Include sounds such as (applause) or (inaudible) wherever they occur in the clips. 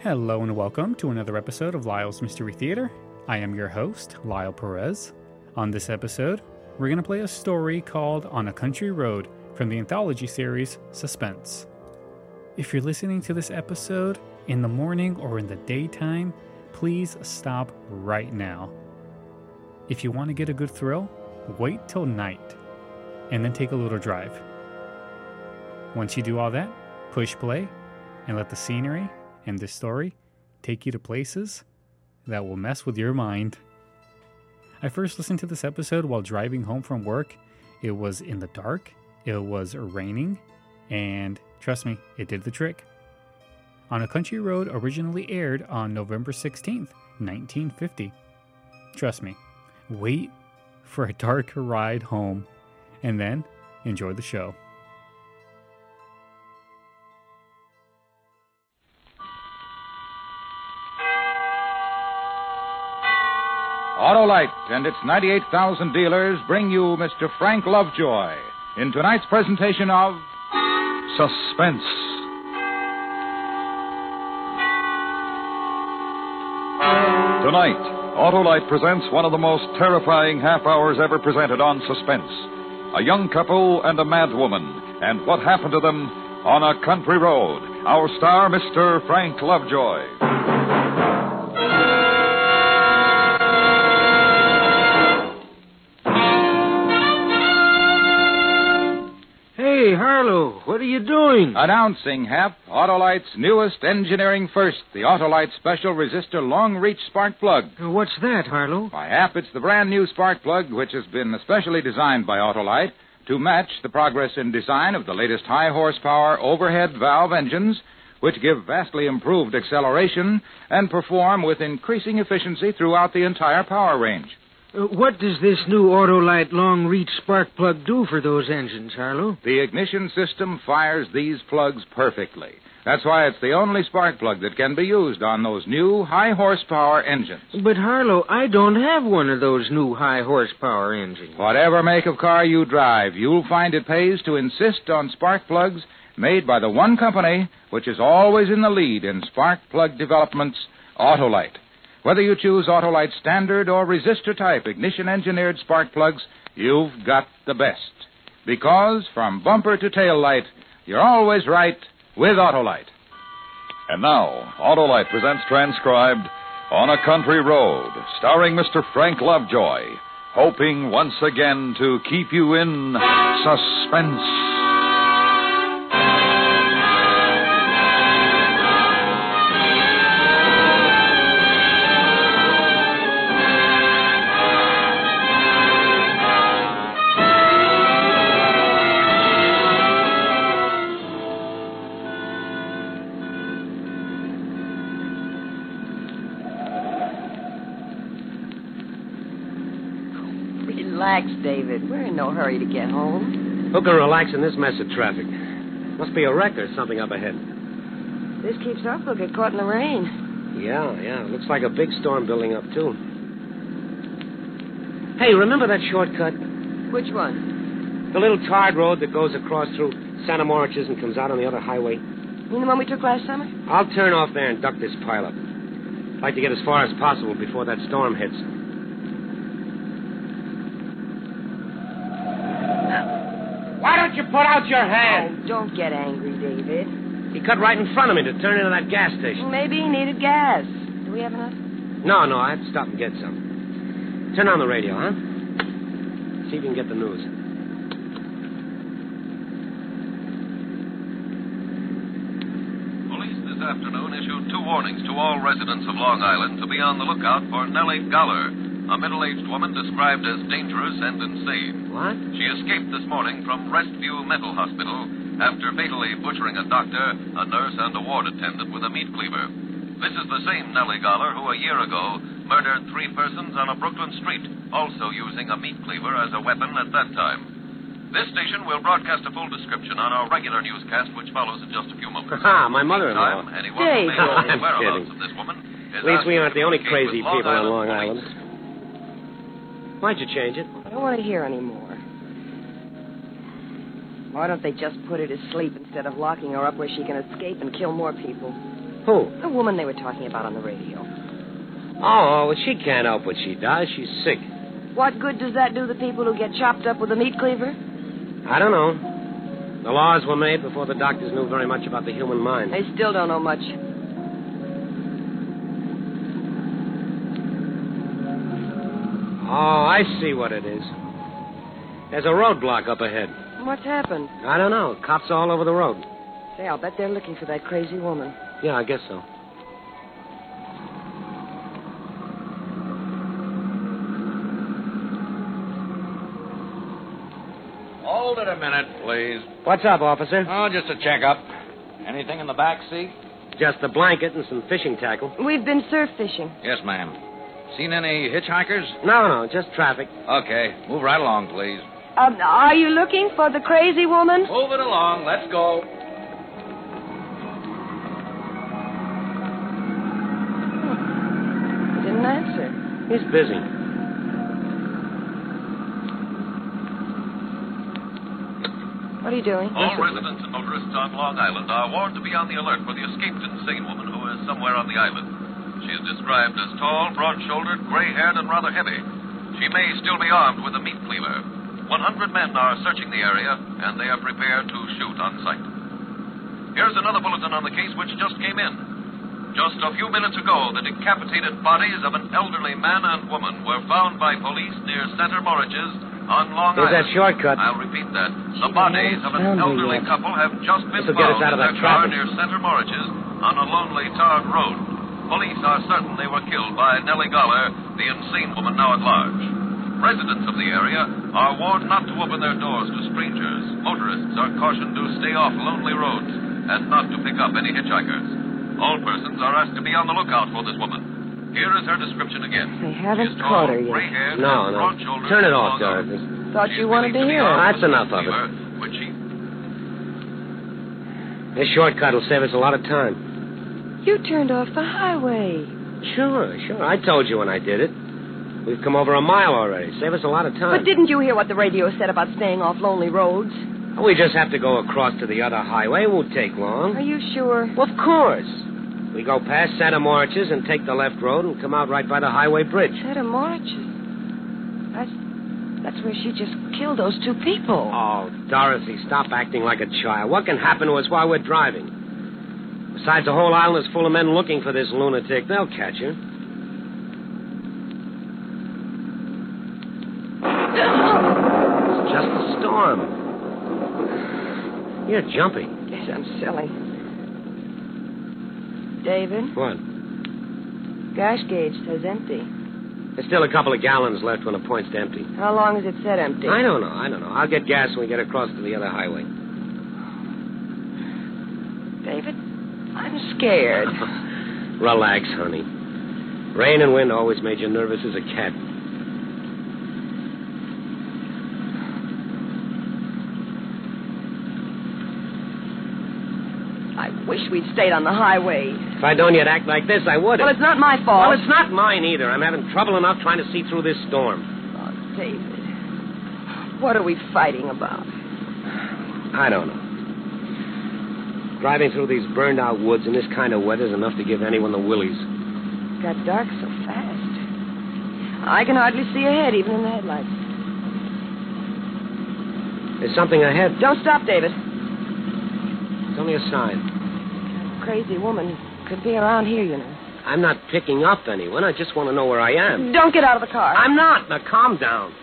Hello and welcome to another episode of Lyle's Mystery Theater. I am your host, Lyle Perez. On this episode, we're going to play a story called On a Country Road from the anthology series Suspense. If you're listening to this episode in the morning or in the daytime, please stop right now. If you want to get a good thrill, wait till night and then take a little drive. Once you do all that, push play and let the scenery and this story take you to places that will mess with your mind. I first listened to this episode while driving home from work. It was in the dark, it was raining, and trust me, it did the trick. On a Country Road originally aired on November 16th, 1950. Trust me, wait for a dark ride home and then enjoy the show. Autolite and its 98,000 dealers bring you Mr. Frank Lovejoy in tonight's presentation of Suspense. Tonight, Autolite presents one of the most terrifying half hours ever presented on Suspense. A young couple and a mad woman, and what happened to them on a country road. Our star, Mr. Frank Lovejoy. Hey, Harlow, what are you doing? Uh, Announcing, Hap, Autolite's newest engineering first, the Autolite Special Resistor Long Reach Spark Plug. Uh, What's that, Harlow? Why, Hap, it's the brand new spark plug which has been especially designed by Autolite to match the progress in design of the latest high horsepower overhead valve engines, which give vastly improved acceleration and perform with increasing efficiency throughout the entire power range. Uh, What does this new Autolite long reach spark plug do for those engines, Harlow? The ignition system fires these plugs perfectly. That's why it's the only spark plug that can be used on those new high horsepower engines. But, Harlow, I don't have one of those new high horsepower engines. Whatever make of car you drive, you'll find it pays to insist on spark plugs made by the one company which is always in the lead in spark plug developments, Autolite. Whether you choose Autolite standard or resistor type ignition engineered spark plugs, you've got the best. Because from bumper to tail light, you're always right with Autolite. And now, Autolite presents transcribed On a Country Road, starring Mr. Frank Lovejoy, hoping once again to keep you in suspense. Relax, David. We're in no hurry to get home. Who can relax in this mess of traffic? Must be a wreck or something up ahead. This keeps up. We'll get caught in the rain. Yeah, yeah. Looks like a big storm building up, too. Hey, remember that shortcut? Which one? The little tarred road that goes across through Santa Maurices and comes out on the other highway? You mean the one we took last summer? I'll turn off there and duck this pileup. Like to get as far as possible before that storm hits. Why don't you put out your Oh, don't get angry, David. He cut right in front of me to turn into that gas station. Maybe he needed gas. Do we have enough? No, no, I have to stop and get some. Turn on the radio, huh? See if you can get the news. Police this afternoon issued two warnings to all residents of Long Island to be on the lookout for Nellie Goller, a middle aged woman described as dangerous and insane. What? (laughs) She escaped this morning from Restview Mental Hospital after fatally butchering a doctor, a nurse, and a ward attendant with a meat cleaver. This is the same Nellie Goller who, a year ago, murdered three persons on a Brooklyn street, also using a meat cleaver as a weapon at that time. This station will broadcast a full description on our regular newscast, which follows in just a few (laughs) moments. Ha, my mother-in-law. Meantime, anyone who may know the Dave. (laughs) whereabouts of this woman is At least we aren't asked the to only crazy communicate with people on Long Police. Island. Why'd you change it? I don't want to hear any more. Why don't they just put her to sleep instead of locking her up where she can escape and kill more people? Who? The woman they were talking about on the radio. Oh, well, she can't help what she does. She's sick. What good does that do the people who get chopped up with a meat cleaver? I don't know. The laws were made before the doctors knew very much about the human mind. They still don't know much. Oh, I see what it is. There's a roadblock up ahead. What's happened? I don't know. Cops are all over the road. Say, I'll bet they're looking for that crazy woman. Yeah, I guess so. Hold it a minute, please. What's up, officer? Oh, just a checkup. Anything in the back seat? Just a blanket and some fishing tackle. We've been surf fishing. Yes, ma'am. Seen any hitchhikers? No, no, just traffic. Okay, move right along, please. Um, are you looking for the crazy woman? Move it along. Let's go. Didn't answer. He's busy. What are you doing? All residents and motorists on Long Island are warned to be on the alert for the escaped insane woman who is somewhere on the island. She is described as tall, broad shouldered, gray haired, and rather heavy. She may still be armed with a meat cleaver. 100 men are searching the area, and they are prepared to shoot on sight. Here's another bulletin on the case which just came in. Just a few minutes ago, the decapitated bodies of an elderly man and woman were found by police near Center Morriges on Long There's that Island. shortcut. I'll repeat that. The bodies of an found her elderly yet. couple have just been This'll get us found out of in that their car traffic. near Center Morriges on a lonely tarred road. Police are certain they were killed by Nellie Goller, the insane woman now at large. Residents of the area are warned not to open their doors to strangers. Motorists are cautioned to stay off lonely roads and not to pick up any hitchhikers. All persons are asked to be on the lookout for this woman. Here is her description again. They She is haven't tall, caught her yet. gray-haired, No, and no. broad-shouldered, Turn it off, long-armed. Dorothy. Thought you wanted to hear Oh, her. that's enough of it. Would she? This shortcut will save us a lot of time. You turned off the highway. Sure, sure. I told you when I did it. We've come over a mile already. Save us a lot of time. But didn't you hear what the radio said about staying off lonely roads? We just have to go across to the other highway. It won't take Are long. you sure? Well, of course. We go past Santa Marches and take the left road and come out right by the highway bridge. Santa Marches. That's that's where she just killed those two people. (gasps) Oh, Dorothy, stop acting like a child. What can happen to us while we're driving? Besides, the whole island is full of men looking for this lunatic. They'll catch her. It's just a storm. You're jumpy. Guess I'm silly. David, What? gas gauge says empty. There's still a couple of gallons left when it points to empty. How long has it said empty? I don't know. I don't know. I'll get gas when we get across to the other (laughs) highway. David, I'm (laughs) scared. Relax, honey. Rain and wind always made you nervous as a cat. I wish we'd stayed on the highway. If I don't, you'd act like this. I would. Well, it's not my Well, fault. it's not mine either. I'm having trouble enough trying to see through this storm. Oh, David, what are we fighting about? I don't know. Driving through these burned out woods in this kind of weather's enough to give anyone the willies. Got dark so fast. I can hardly see ahead, even in the headlights. There's something ahead. Don't stop, David. It's only a sign. Crazy woman could be around here, you know. I'm not picking up anyone. I just want to know where I am. Don't get out of the car. Um, I'm not. Now calm down.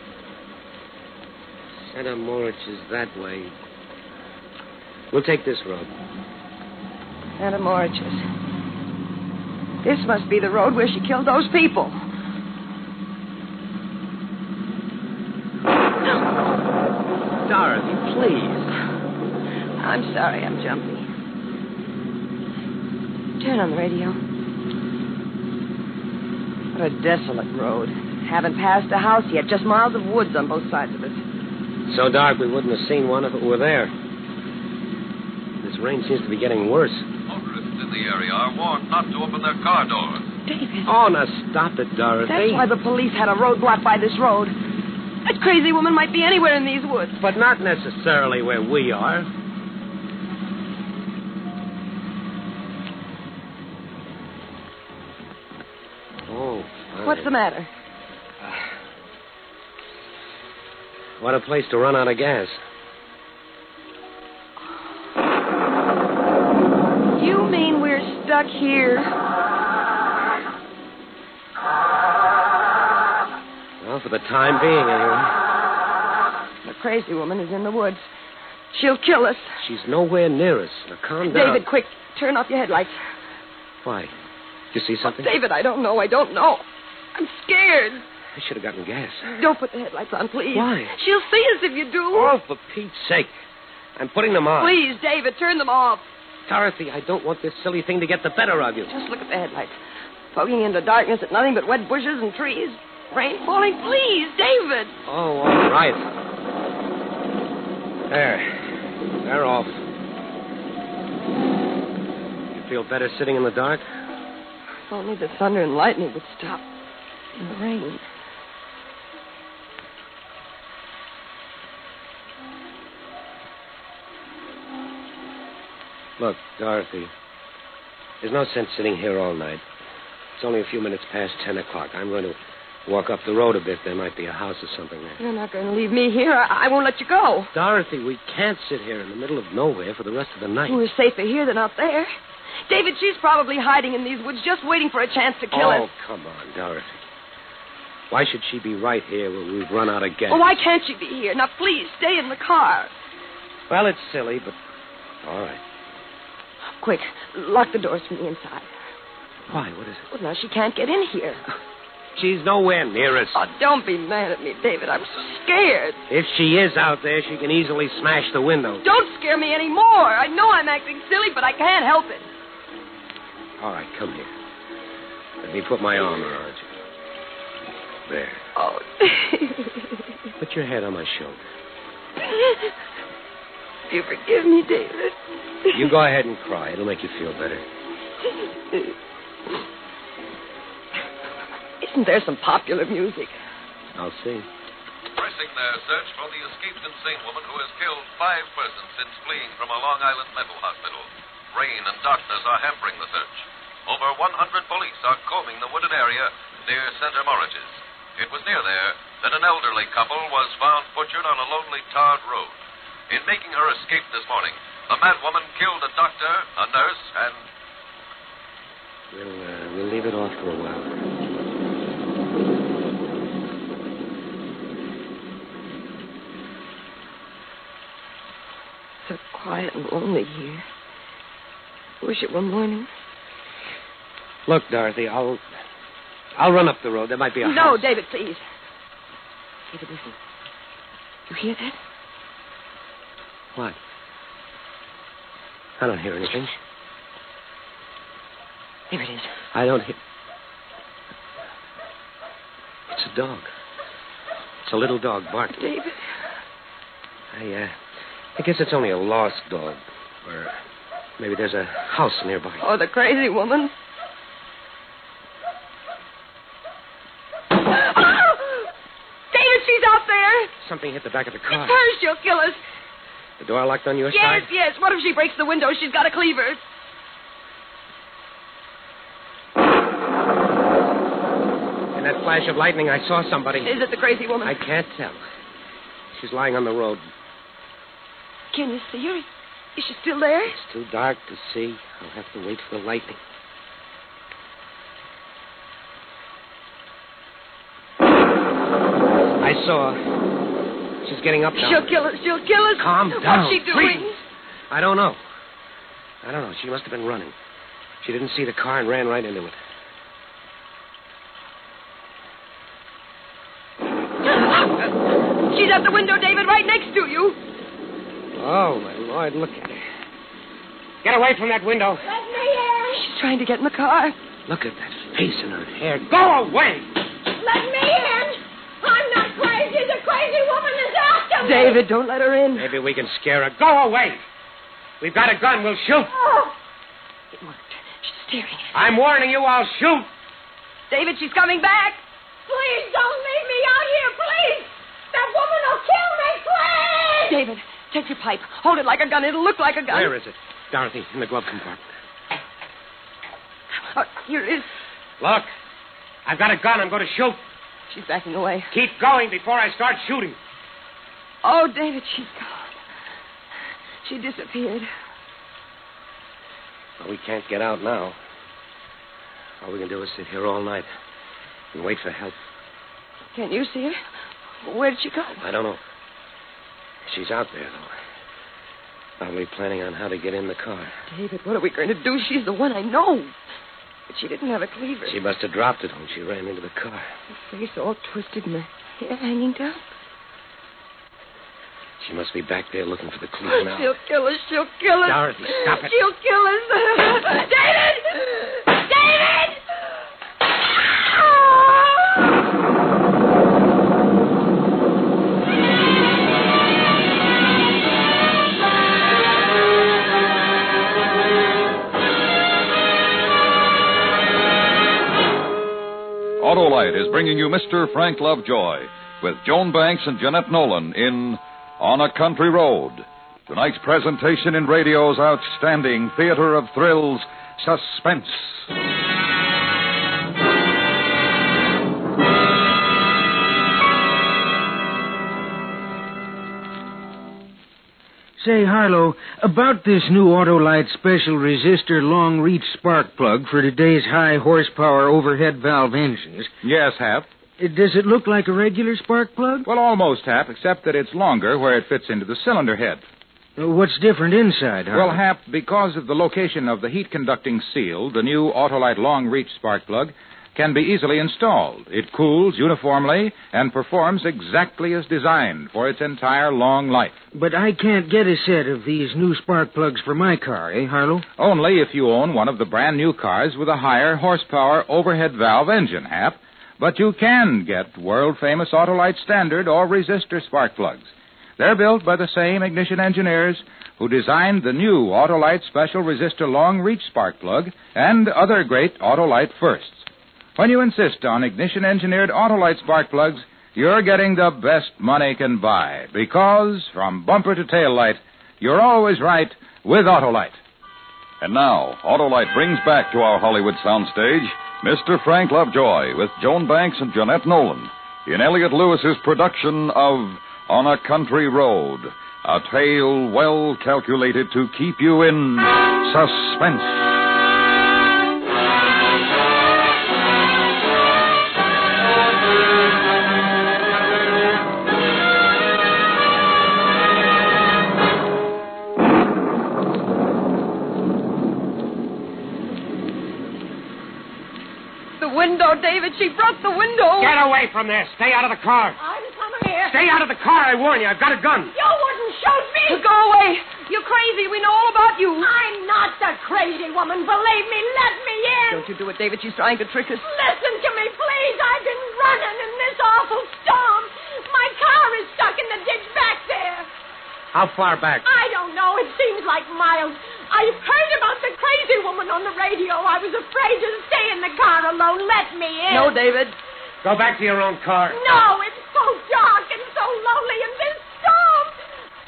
Santa Moritz is that way. We'll take this road. Santa Marches. This must be the road where she killed those people. Dorothy, please. I'm sorry, I'm jumpy. Turn on the radio. What a desolate road. Haven't passed a house yet, just miles of woods on both sides of it. So dark we wouldn't have seen one if it were there. This rain seems to be getting worse. Motorists in the area are warned not to open their car doors. David. Oh, now stop it, Dorothy. That's why the police had a roadblock by this road. That crazy woman might be anywhere in these woods. But not necessarily where we are. Oh, What's the matter? What a place to run out of gas. You mean we're stuck here? Well, for the time being, anyway. The crazy woman is in the woods. She'll kill us. She's nowhere near us. Now, calm down. David, quick, turn off your headlights. Why? Did you see something? David, I don't know. I don't know. I'm scared. I should have gotten gas. Don't put the headlights on, please. Why? She'll see us if you do. Oh, for Pete's sake. I'm putting them on. Please, David, turn them off. Dorothy, I don't want this silly thing to get the better of you. Just look at the headlights. Poking into darkness at nothing but wet bushes and trees. Rain falling. Please, David. Oh, all right. There. They're off. You feel better sitting in the dark? If only the thunder and lightning would stop. And the rain. Look, Dorothy, there's no sense sitting here all night. It's only a few minutes past 10 o'clock. I'm going to walk up the road a bit. There might be a house or something there. You're not going to leave me here. I, I won't let you go. Dorothy, we can't sit here in the middle of nowhere for the rest of the night. We're safer here than out there. David, she's probably hiding in these woods just waiting for a chance to kill oh, us. come on, Dorothy. Why should she be right here where we've run out of gas? Well, why can't she be here? Now, please, stay in the car. Well, it's silly, but all right. Quick, lock the doors from the inside. Why? What is it? Well, now she can't get in here. She's nowhere near us. Oh, don't be mad at me, David. I'm so scared. If she is out there, she can easily smash the window. Don't scare me anymore. I know I'm acting silly, but I can't help it. All right, come here. Let me put my arm around you. There. Oh. Put your head on my shoulder. you forgive me, David. You go ahead and cry. It'll make you feel better. Isn't there some popular music? I'll see. Pressing their search for the escaped insane woman who has killed five persons since fleeing from a Long Island mental hospital. Rain and darkness are hampering the search. Over 100 police are combing the wooded area near Center Morridge's. It was near there that an elderly couple was found butchered on a lonely tarred road. In making her escape this morning, the madwoman killed a doctor, a nurse, and We'll, uh, we'll leave it off for a while. So quiet and lonely here. Wish it were morning. Look, Dorothy, I'll. I'll run up the road. There might be a No, house. David, please. David, listen. You hear that? What? I don't hear anything. There it is. I don't hear. It's a dog. It's a little dog barking. David. I, uh, I guess it's only a lost dog. Or maybe there's a house nearby. Oh, the crazy woman. Ah! David, she's out there. Something hit the back of the It's car. her. She'll kill us. The door locked on your Yes, side? yes. What if she breaks the window? She's got a cleaver. In that flash of lightning, I saw somebody. Is it the crazy woman? I can't tell. She's lying on the road. Can you see her? Is she still there? It's too dark to see. I'll have to wait for the lightning. I saw her. She's getting up now. She'll kill us. She'll kill us. Calm down. What's she doing? Please. I don't know. I don't know. She must have been running. She didn't see the car and ran right into it. She's at the window, David, right next to you. Oh, my Lord, look at her. Get away from that window. She's trying to get in the car. Look at that face and her hair. Go away! Let me in! I'm not crazy. The crazy woman is after me. David, don't let her in. Maybe we can scare her. Go away! We've got a gun. We'll shoot. Oh, It worked. She's staring. I'm warning you, I'll shoot. David, she's coming back. please don't leave me out here, please. That woman will kill me, please. David, take your pipe. Hold it like a gun. It'll look like a gun. Where is it? Dorothy, in the glove compartment. Oh, here it is. Look. I've got a gun. I'm going to shoot. She's backing away. Keep going before I start shooting. Oh, David, she's gone. She disappeared. Well, we can't get out now. All we can do is sit here all night and wait for help. Can you see her? Where did she go? I don't know. She's out there, though. Probably planning on how to get in the car. David, what are we going to do? She's the one I know. But she didn't have a cleaver. She must have dropped it when she ran into the car. Her face all twisted and her hair hanging down. She must be back there looking for the clue now. She'll kill us. She'll kill us. Dorothy, stop it. She'll kill (laughs) us. David! David! Autolite is bringing you Mr. Frank Lovejoy with Joan Banks and Jeanette Nolan in On a Country Road. Tonight's presentation in radio's outstanding theater of thrills, Suspense. Say, Harlow, about this new Autolite special resistor long reach spark plug for today's high horsepower overhead valve engines, Yes, Hap. uh, does it look like a regular spark plug? Well, almost, Hap, except that it's longer where it fits into the cylinder head. Uh, What's different inside, Harlow? Well, Hap, because of the location of the heat conducting seal, the new Autolite long reach spark plug can be easily installed. It cools uniformly and performs exactly as designed for its entire long life. But I can't get a set of these new spark plugs for my car, eh, Harlow? Only if you own one of the brand new cars with a higher horsepower overhead valve engine, Hap. But you can get world famous Autolite standard or resistor spark plugs. They're built by the same ignition engineers who designed the new Autolite special resistor long reach spark plug and other great Autolite firsts. When you insist on ignition engineered Autolite spark plugs, you're getting the best money can buy because from bumper to tail light, you're always right with Autolite. And now, Autolite brings back to our Hollywood soundstage Mr. Frank Lovejoy with Joan Banks and Jeanette Nolan in Elliot Lewis's production of On a Country Road, a tale well calculated to keep you in suspense. The window, David. She broke the window. Get away from there. Stay out of the car. I'm coming here. Stay out of the car, I warn you. I've got a gun. You wouldn't shoot me. Go away. You're crazy. We know all about you. I'm not the crazy woman. Believe me. Let me in. Don't you do it, David. She's trying to trick us. Listen to me, please. I've been running in this awful storm. My car is stuck in the ditch back there. How far back? I don't know. It seems like miles. I heard about the crazy woman on the radio. I was afraid to stay in the car alone. Let me in. No, David. Go back to your own car. No, it's so dark and so lonely in this storm.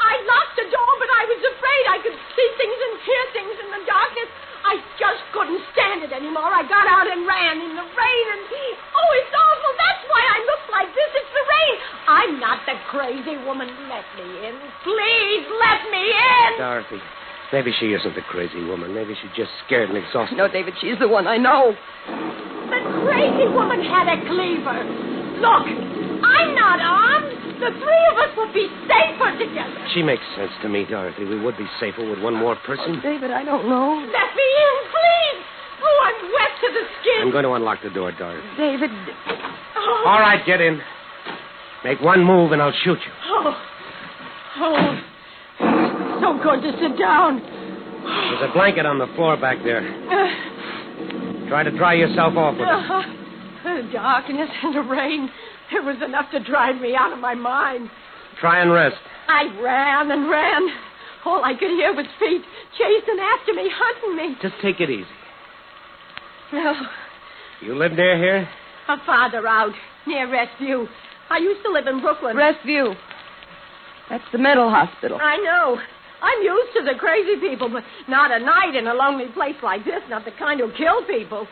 I locked the door, but I was afraid I could see things and hear things in the darkness. I just couldn't stand it anymore. I got out and ran in the rain, and oh, it's awful. That's why I look like this. It's the rain. I'm not the crazy woman. Let me in. Please, let me in. Dorothy, maybe she isn't the crazy woman. Maybe she's just scared and exhausted. No, David. She's the one I know. The crazy woman had a cleaver. Look, I'm not armed. The three of us would be safer together. She makes sense to me, Dorothy. We would be safer with one more person. David, I don't know. Let me in, please. Oh, I'm wet to the skin. I'm going to unlock the door, Dorothy. David. Oh. All right, get in. Make one move and I'll shoot you. Oh. Oh. So good to sit down. There's a blanket on the floor back there. Uh, Try to dry yourself off with it. Uh, the darkness and the rain. It was enough to drive me out of my mind. Try and rest. I ran and ran. All I could hear was feet chasing after me, hunting me. Just take it easy. Oh, You live near here? a farther out, near Rescue. I used to live in Brooklyn. Restview. That's the mental hospital. I know. I'm used to the crazy people, but not a night in a lonely place like this, not the kind who kill people.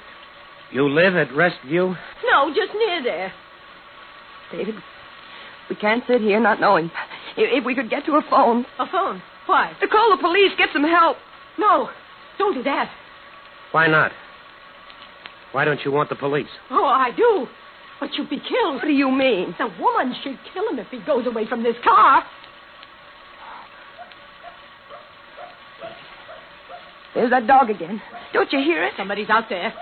You live at Restview? No, just near there. David, we can't sit here not knowing. If, if we could get to a phone. A phone? Why? To call the police, get some help. No, don't do that. Why not? Why don't you want the police? Oh, I do. But you'd be killed. What do you mean? The woman should kill him if he goes away from this car. There's that dog again. Don't you hear it? Somebody's out there.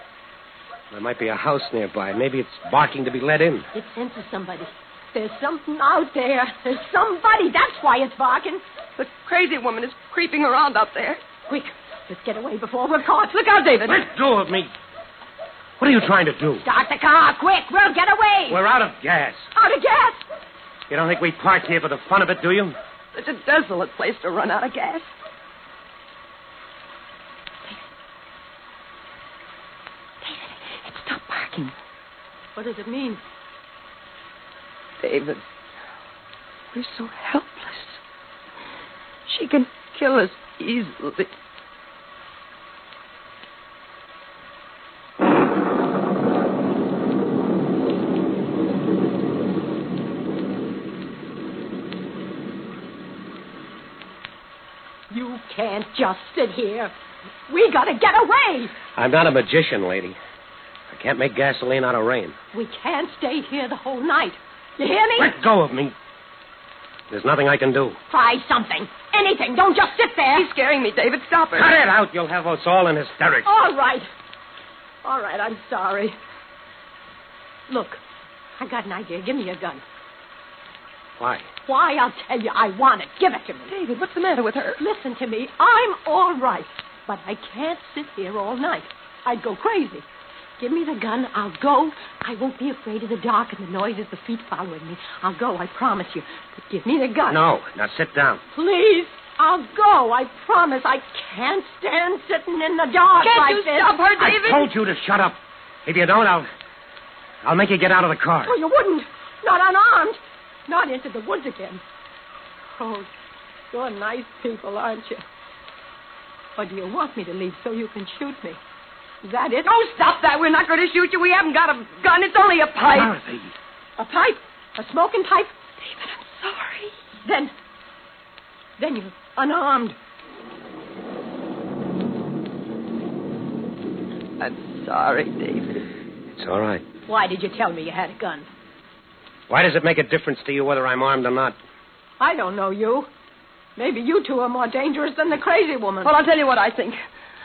There might be a house nearby. Maybe it's barking to be let in. It senses somebody. There's something out there. There's somebody. That's why it's barking. The crazy woman is creeping around up there. Quick, let's get away before we're caught. Look out, David. Let go of me. What are you trying to do? Start the car, quick. We'll get away. We're out of gas. Out of gas? You don't think we park here for the fun of it, do you? Such a desolate place to run out of gas. What does it mean? David, we're so helpless. She can kill us easily. You can't just sit here. We gotta get away. I'm not a magician, lady. I can't make gasoline out of rain. We can't stay here the whole night. You hear me? Let go of me. There's nothing I can do. Try something. Anything. Don't just sit there. She's scaring me, David. Stop her. Cut it out. You'll have us all in hysterics. All right. All right, I'm sorry. Look, I got an idea. Give me your gun. Why? Why, I'll tell you. I want it. Give it to me. David, what's the matter with her? Listen to me. I'm all right, but I can't sit here all night. I'd go crazy. Give me the gun. I'll go. I won't be afraid of the dark and the noise of the feet following me. I'll go, I promise you. But give me the gun. No. Now sit down. Please. I'll go. I promise. I can't stand sitting in the dark Can't like you this. stop her, David? I told you to shut up. If you don't, I'll. I'll make you get out of the car. Oh, you wouldn't. Not unarmed. Not into the woods again. Oh, you're nice people, aren't you? Or do you want me to leave so you can shoot me? Is that it? Oh, stop that. We're not going to shoot you. We haven't got a gun. It's only a pipe. Dorothy. A pipe? A smoking pipe? David, I'm sorry. Then. Then you're unarmed. I'm sorry, David. It's all right. Why did you tell me you had a gun? Why does it make a difference to you whether I'm armed or not? I don't know you. Maybe you two are more dangerous than the crazy woman. Well, I'll tell you what I think.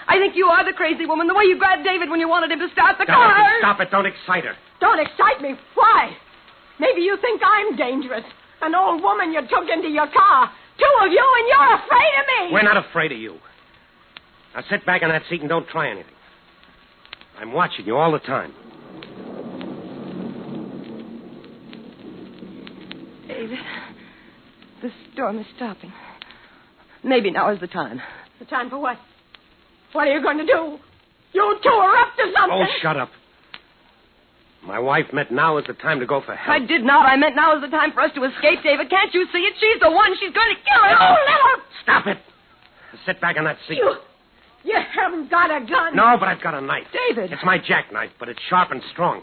I think you are the crazy woman. The way you grabbed David when you wanted him to start the Dorothy, car. stop it. Don't excite her. Don't excite me. Why? Maybe you think I'm dangerous. An old woman you took into your car. Two of you, and you're afraid of me. We're not afraid of you. Now sit back in that seat and don't try anything. I'm watching you all the time. David, the storm is stopping. Maybe now is the time. The time for what? What are you going to do? You two are up to something. Oh, shut up. My wife meant now is the time to go for help. I did not. I meant now is the time for us to escape, David. Can't you see it? She's the one. She's going to kill us. Oh, little. Stop it. Sit back in that seat. You, you haven't got a gun. No, but I've got a knife. David. It's my jackknife, but it's sharp and strong.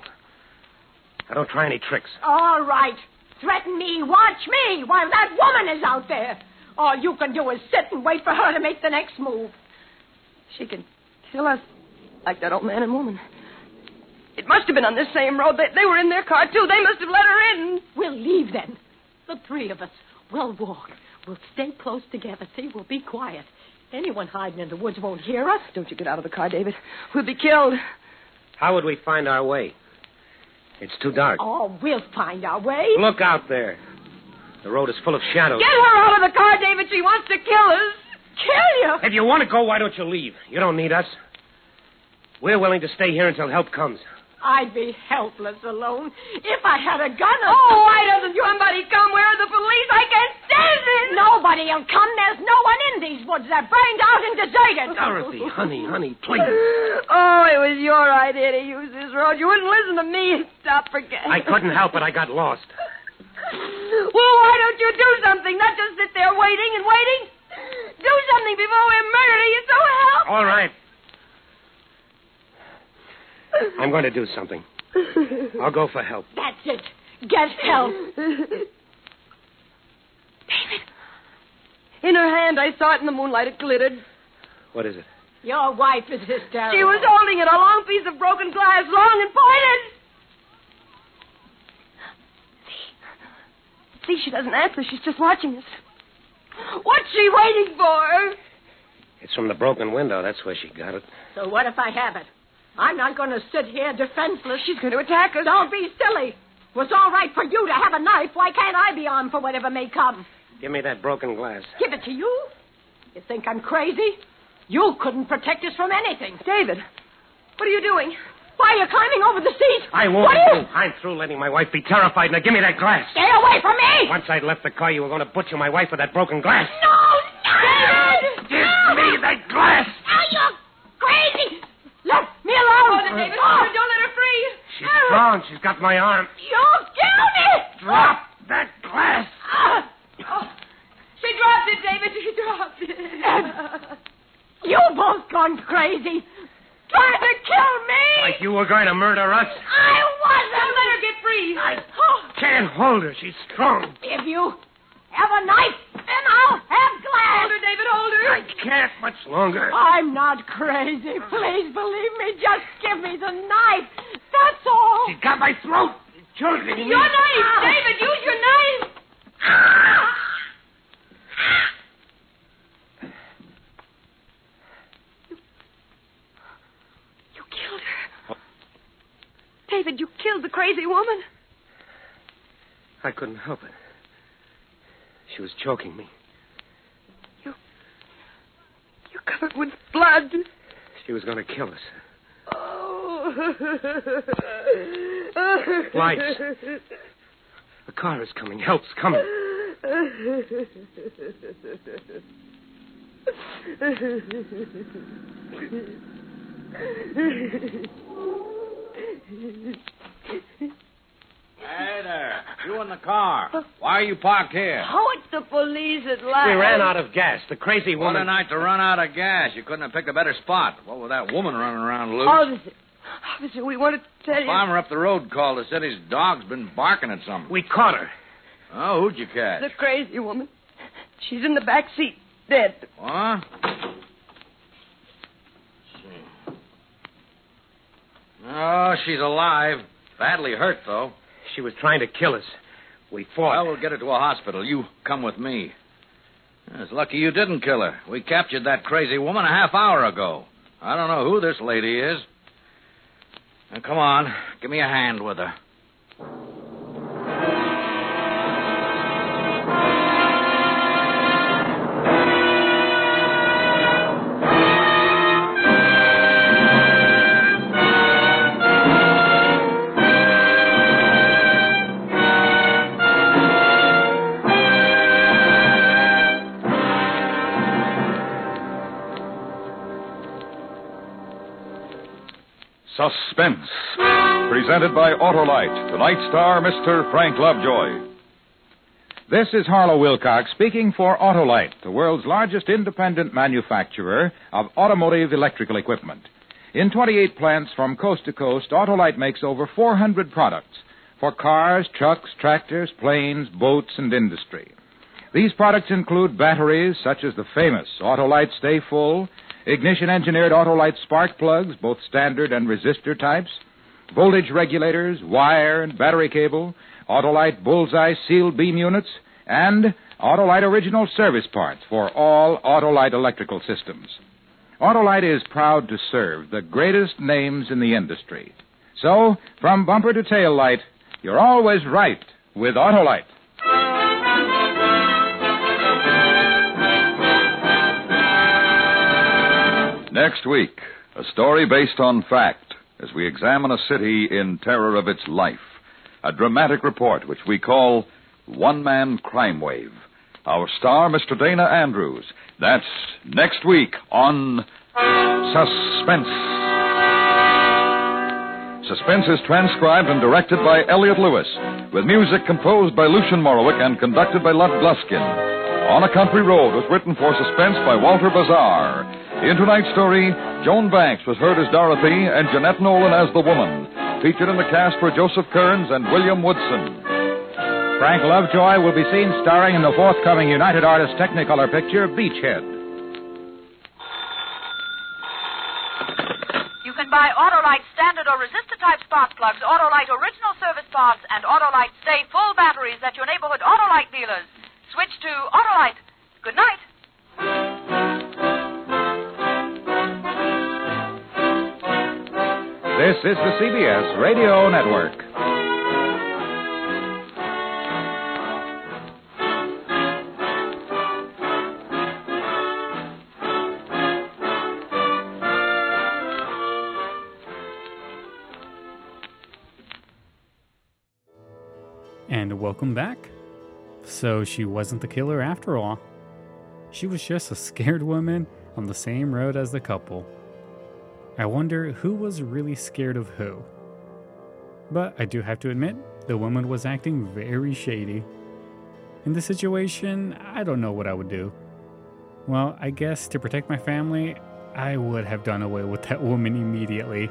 I don't try any tricks. All right. Threaten me. Watch me while that woman is out there. All you can do is sit and wait for her to make the next move. She can kill us like that old man and woman. It must have been on this same road. They, they were in their car, too. They must have let her in. We'll leave then. The three of us. We'll walk. We'll stay close together. See, we'll be quiet. Anyone hiding in the woods won't hear us. Don't you get out of the car, David. We'll be killed. How would we find our way? It's too dark. Oh, we'll find our way. Look out there. The road is full of shadows. Get her out of the car, David. She wants to kill us. Kill you. If you want to go, why don't you leave? You don't need us. We're willing to stay here until help comes. I'd be helpless alone if I had a gun. Oh, why doesn't somebody come? Where are the police? I can't stand this. Nobody'll come. There's no one in these woods. They're burned out and deserted. Dorothy, honey, honey, please. Oh, it was your idea to use this road. You wouldn't listen to me. Stop forgetting. I couldn't help it. I got lost. Well, why don't you do something? Not just sit there waiting and waiting. Do something before we're murdered. Are you so helpless? All right. I'm going to do something. I'll go for help. That's it. Get help. In her hand, I saw it in the moonlight. It glittered. What is it? Your wife is hysterical. She was holding it, a long piece of broken glass, long and pointed. See, see, she doesn't answer. She's just watching us. What's she waiting for? It's from the broken window. That's where she got it. So what if I have it? I'm not going to sit here defenseless. She's going to attack us. Don't be silly. It was all right for you to have a knife. Why can't I be armed for whatever may come? Give me that broken glass. Give it to you? You think I'm crazy? You couldn't protect us from anything. David, what are you doing? Why are you climbing over the seat? I won't. What be is? through. I'm through letting my wife be terrified. Now give me that glass. Stay away from me! Once I left the car, you were going to butcher my wife with that broken glass. No, no! Give me that glass. Are you crazy? Let me alone! Hold it, David. Oh, Don't let her free. She's strong. She's got my arm. You'll kill me! Drop that glass. Ah, Oh, she dropped it, David. She dropped it. You both gone crazy. Trying to kill me! Like you were going to murder us. I wasn't! Don't let her get free. I Oh, can't hold her. She's strong. if you have a knife, then I'll have glass! Hold her, David. Hold her. I can't much longer. I'm not crazy. Please believe me. Just give me the knife. That's all. Ah. She's got my throat. Children. Your knife, David. Use your knife. You killed her. David, you killed the crazy woman. I couldn't help it. She was choking me. You're covered with blood. She was going to kill us. Oh. Lights. The car is coming. Help's coming. Hey there. You in the car. Why are you parked here? Oh, it's the police at last. We ran out of gas. The crazy What a uh, woman. night to run out of gas. You couldn't have picked a better spot. What with that woman running around loose? Oh, Officer, officer, we want to tell you. Farmer up the road called and said his dog's been barking at something. We caught her. Oh, who'd you catch? The crazy woman. She's in the back seat, dead. What? Oh, she's alive. Badly hurt, though. She was trying to kill us. We Well, fought. we'll get her to a hospital. You come with me. It's lucky you didn't kill her. We captured that crazy woman a half hour ago. I don't know who this lady is. Now, come on. Give me a hand with her. Suspense. Presented by Autolite, the night star, Mr. Frank Lovejoy. This is Harlow Wilcox speaking for Autolite, the world's largest independent manufacturer of automotive electrical equipment. In 28 plants from coast to coast, Autolite makes over 400 products for cars, trucks, tractors, planes, boats, and industry. These products include batteries such as the famous Autolite Stay Full, ignition engineered Autolite spark plugs, both standard and resistor types, voltage regulators, wire and battery cable, Autolite Bullseye sealed beam units, and Autolite original service parts for all Autolite electrical systems. Autolite is proud to serve the greatest names in the industry. So, from bumper to tail light, you're always right with Autolite. Next week, a story based on fact as we examine a city in terror of its life. A dramatic report which we call One Man Crime Wave. Our star, Mr. Dana Andrews. That's next week on Suspense. Suspense is transcribed and directed by Elliot Lewis, with music composed by Lucian Morowick and conducted by Lud Gluskin. On a Country Road was written for Suspense by Walter Bazaar. In tonight's story, Joan Banks was heard as Dorothy and Jeanette Nolan as the woman. Featured in the cast were Joseph Kearns and William Woodson. Frank Lovejoy will be seen starring in the forthcoming United Artists Technicolor picture, Beachhead. You can buy Autolite standard or resistor type spark plugs, Autolite original service parts, and Autolite stay full batteries at your neighborhood Autolite dealers. Switch to Autolite. Good night. This is the CBS Radio Network. And welcome back. So she wasn't the killer after all. She was just a scared woman on the same road as the couple. I wonder who was really scared of who. But I do have to admit, the woman was acting very shady. In this situation, I don't know what I would do. Well, I guess to protect my family, I would have done away with that woman immediately.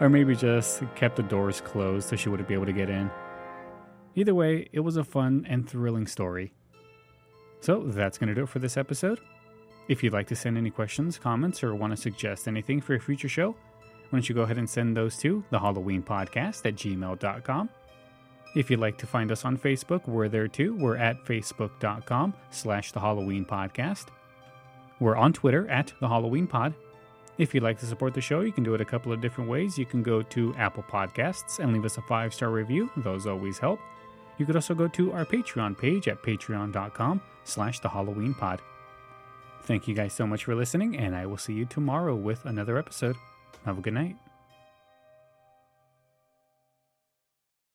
Or maybe just kept the doors closed so she wouldn't be able to get in. Either way, it was a fun and thrilling story. So that's going to do it for this episode. If you'd like to send any questions, comments, or want to suggest anything for a future show, why don't you go ahead and send those to the Halloween Podcast at gmail.com. If you'd like to find us on Facebook, we're there too. We're at facebook.com slash the Halloween Podcast. We're on Twitter at the Halloween Pod. If you'd like to support the show, you can do it a couple of different ways. You can go to Apple Podcasts and leave us a five star review. Those always help. You could also go to our Patreon page at patreon.com slash the Halloween pod. Thank you guys so much for listening, and I will see you tomorrow with another episode. Have a good night.